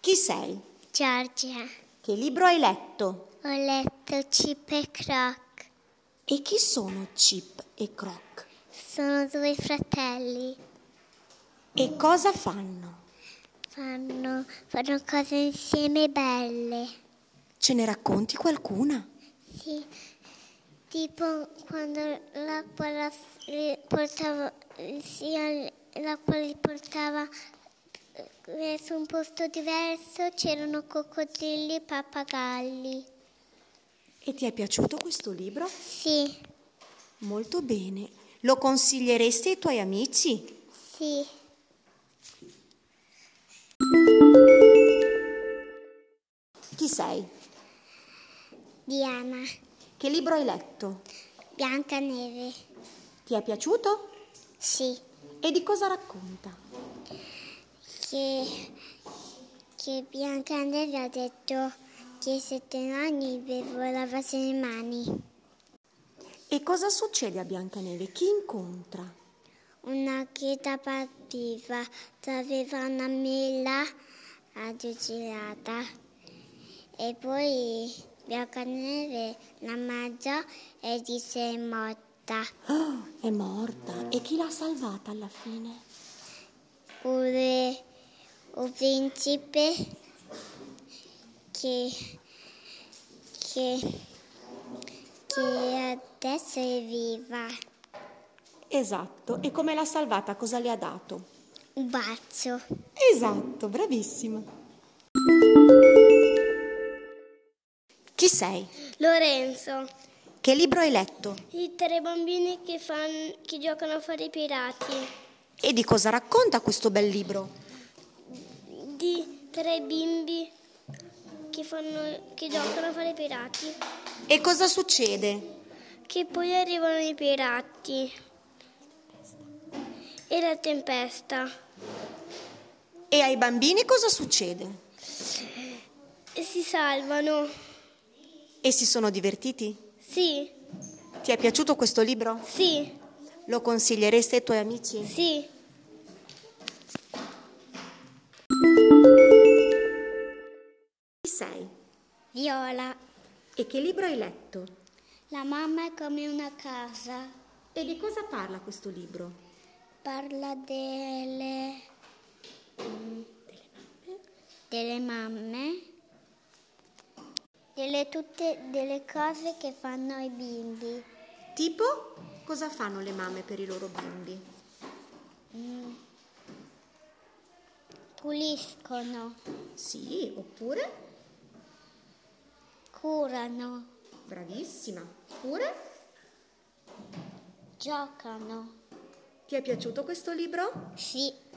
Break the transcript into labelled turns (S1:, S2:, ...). S1: Chi sei?
S2: Giorgia,
S1: Che libro hai letto?
S2: ho letto Chip e Croc.
S1: E chi sono Chip e Croc?
S2: Sono due fratelli.
S1: E cosa fanno?
S2: Fanno, fanno cose insieme belle.
S1: Ce ne racconti qualcuna?
S2: Sì, tipo quando l'acqua la, li portava, sì, l'acqua li portava eh, su un posto diverso, c'erano coccodrilli e pappagalli.
S1: E ti è piaciuto questo libro?
S2: Sì,
S1: Molto bene. Lo consiglieresti ai tuoi amici?
S2: sì.
S1: Chi sei?
S2: Diana,
S1: Che libro hai letto?
S2: Biancaneve.
S1: Ti è piaciuto?
S2: Sì.
S1: E di cosa racconta?
S2: che, che Biancaneve ha detto che i sette nonni vi volavano le mani.
S1: E cosa succede a Biancaneve? Chi incontra?
S2: Una ghita partiva, aveva una mela aggirata e poi Biancaneve la mangiò e disse è morta.
S1: Ah, è morta. E chi l'ha salvata alla fine?
S2: pure un principe che, che, che adesso è viva.
S1: Esatto. E come l'ha salvata? Cosa le ha dato?
S2: Un bacio.
S1: Esatto, bravissima. Chi sei?
S2: Lorenzo,
S1: Che libro hai letto?
S2: i tre bambini che, che giocano a fare i pirati.
S1: E di cosa racconta questo bel libro?
S2: Di tre bimbi che, fanno, che giocano a fare i pirati.
S1: E cosa succede?
S2: Che poi arrivano i pirati. E la tempesta.
S1: E ai bambini cosa succede?
S2: E si salvano.
S1: E si sono divertiti?
S2: Sì,
S1: Ti è piaciuto questo libro?
S2: sì,
S1: Lo consiglieresti ai tuoi amici?
S2: sì.
S1: Chi sei?
S2: Viola,
S1: E che libro hai letto?
S2: la mamma è come una casa.
S1: E di cosa parla questo libro?
S2: Parla delle. delle mamme. Delle tutte delle cose che fanno i bimbi.
S1: Tipo? Cosa fanno le mamme per i loro bimbi?
S2: Puliscono,
S1: Sì, oppure?
S2: curano,
S1: Bravissima. Oppure?
S2: giocano.
S1: Ti è piaciuto questo libro?
S2: Sì,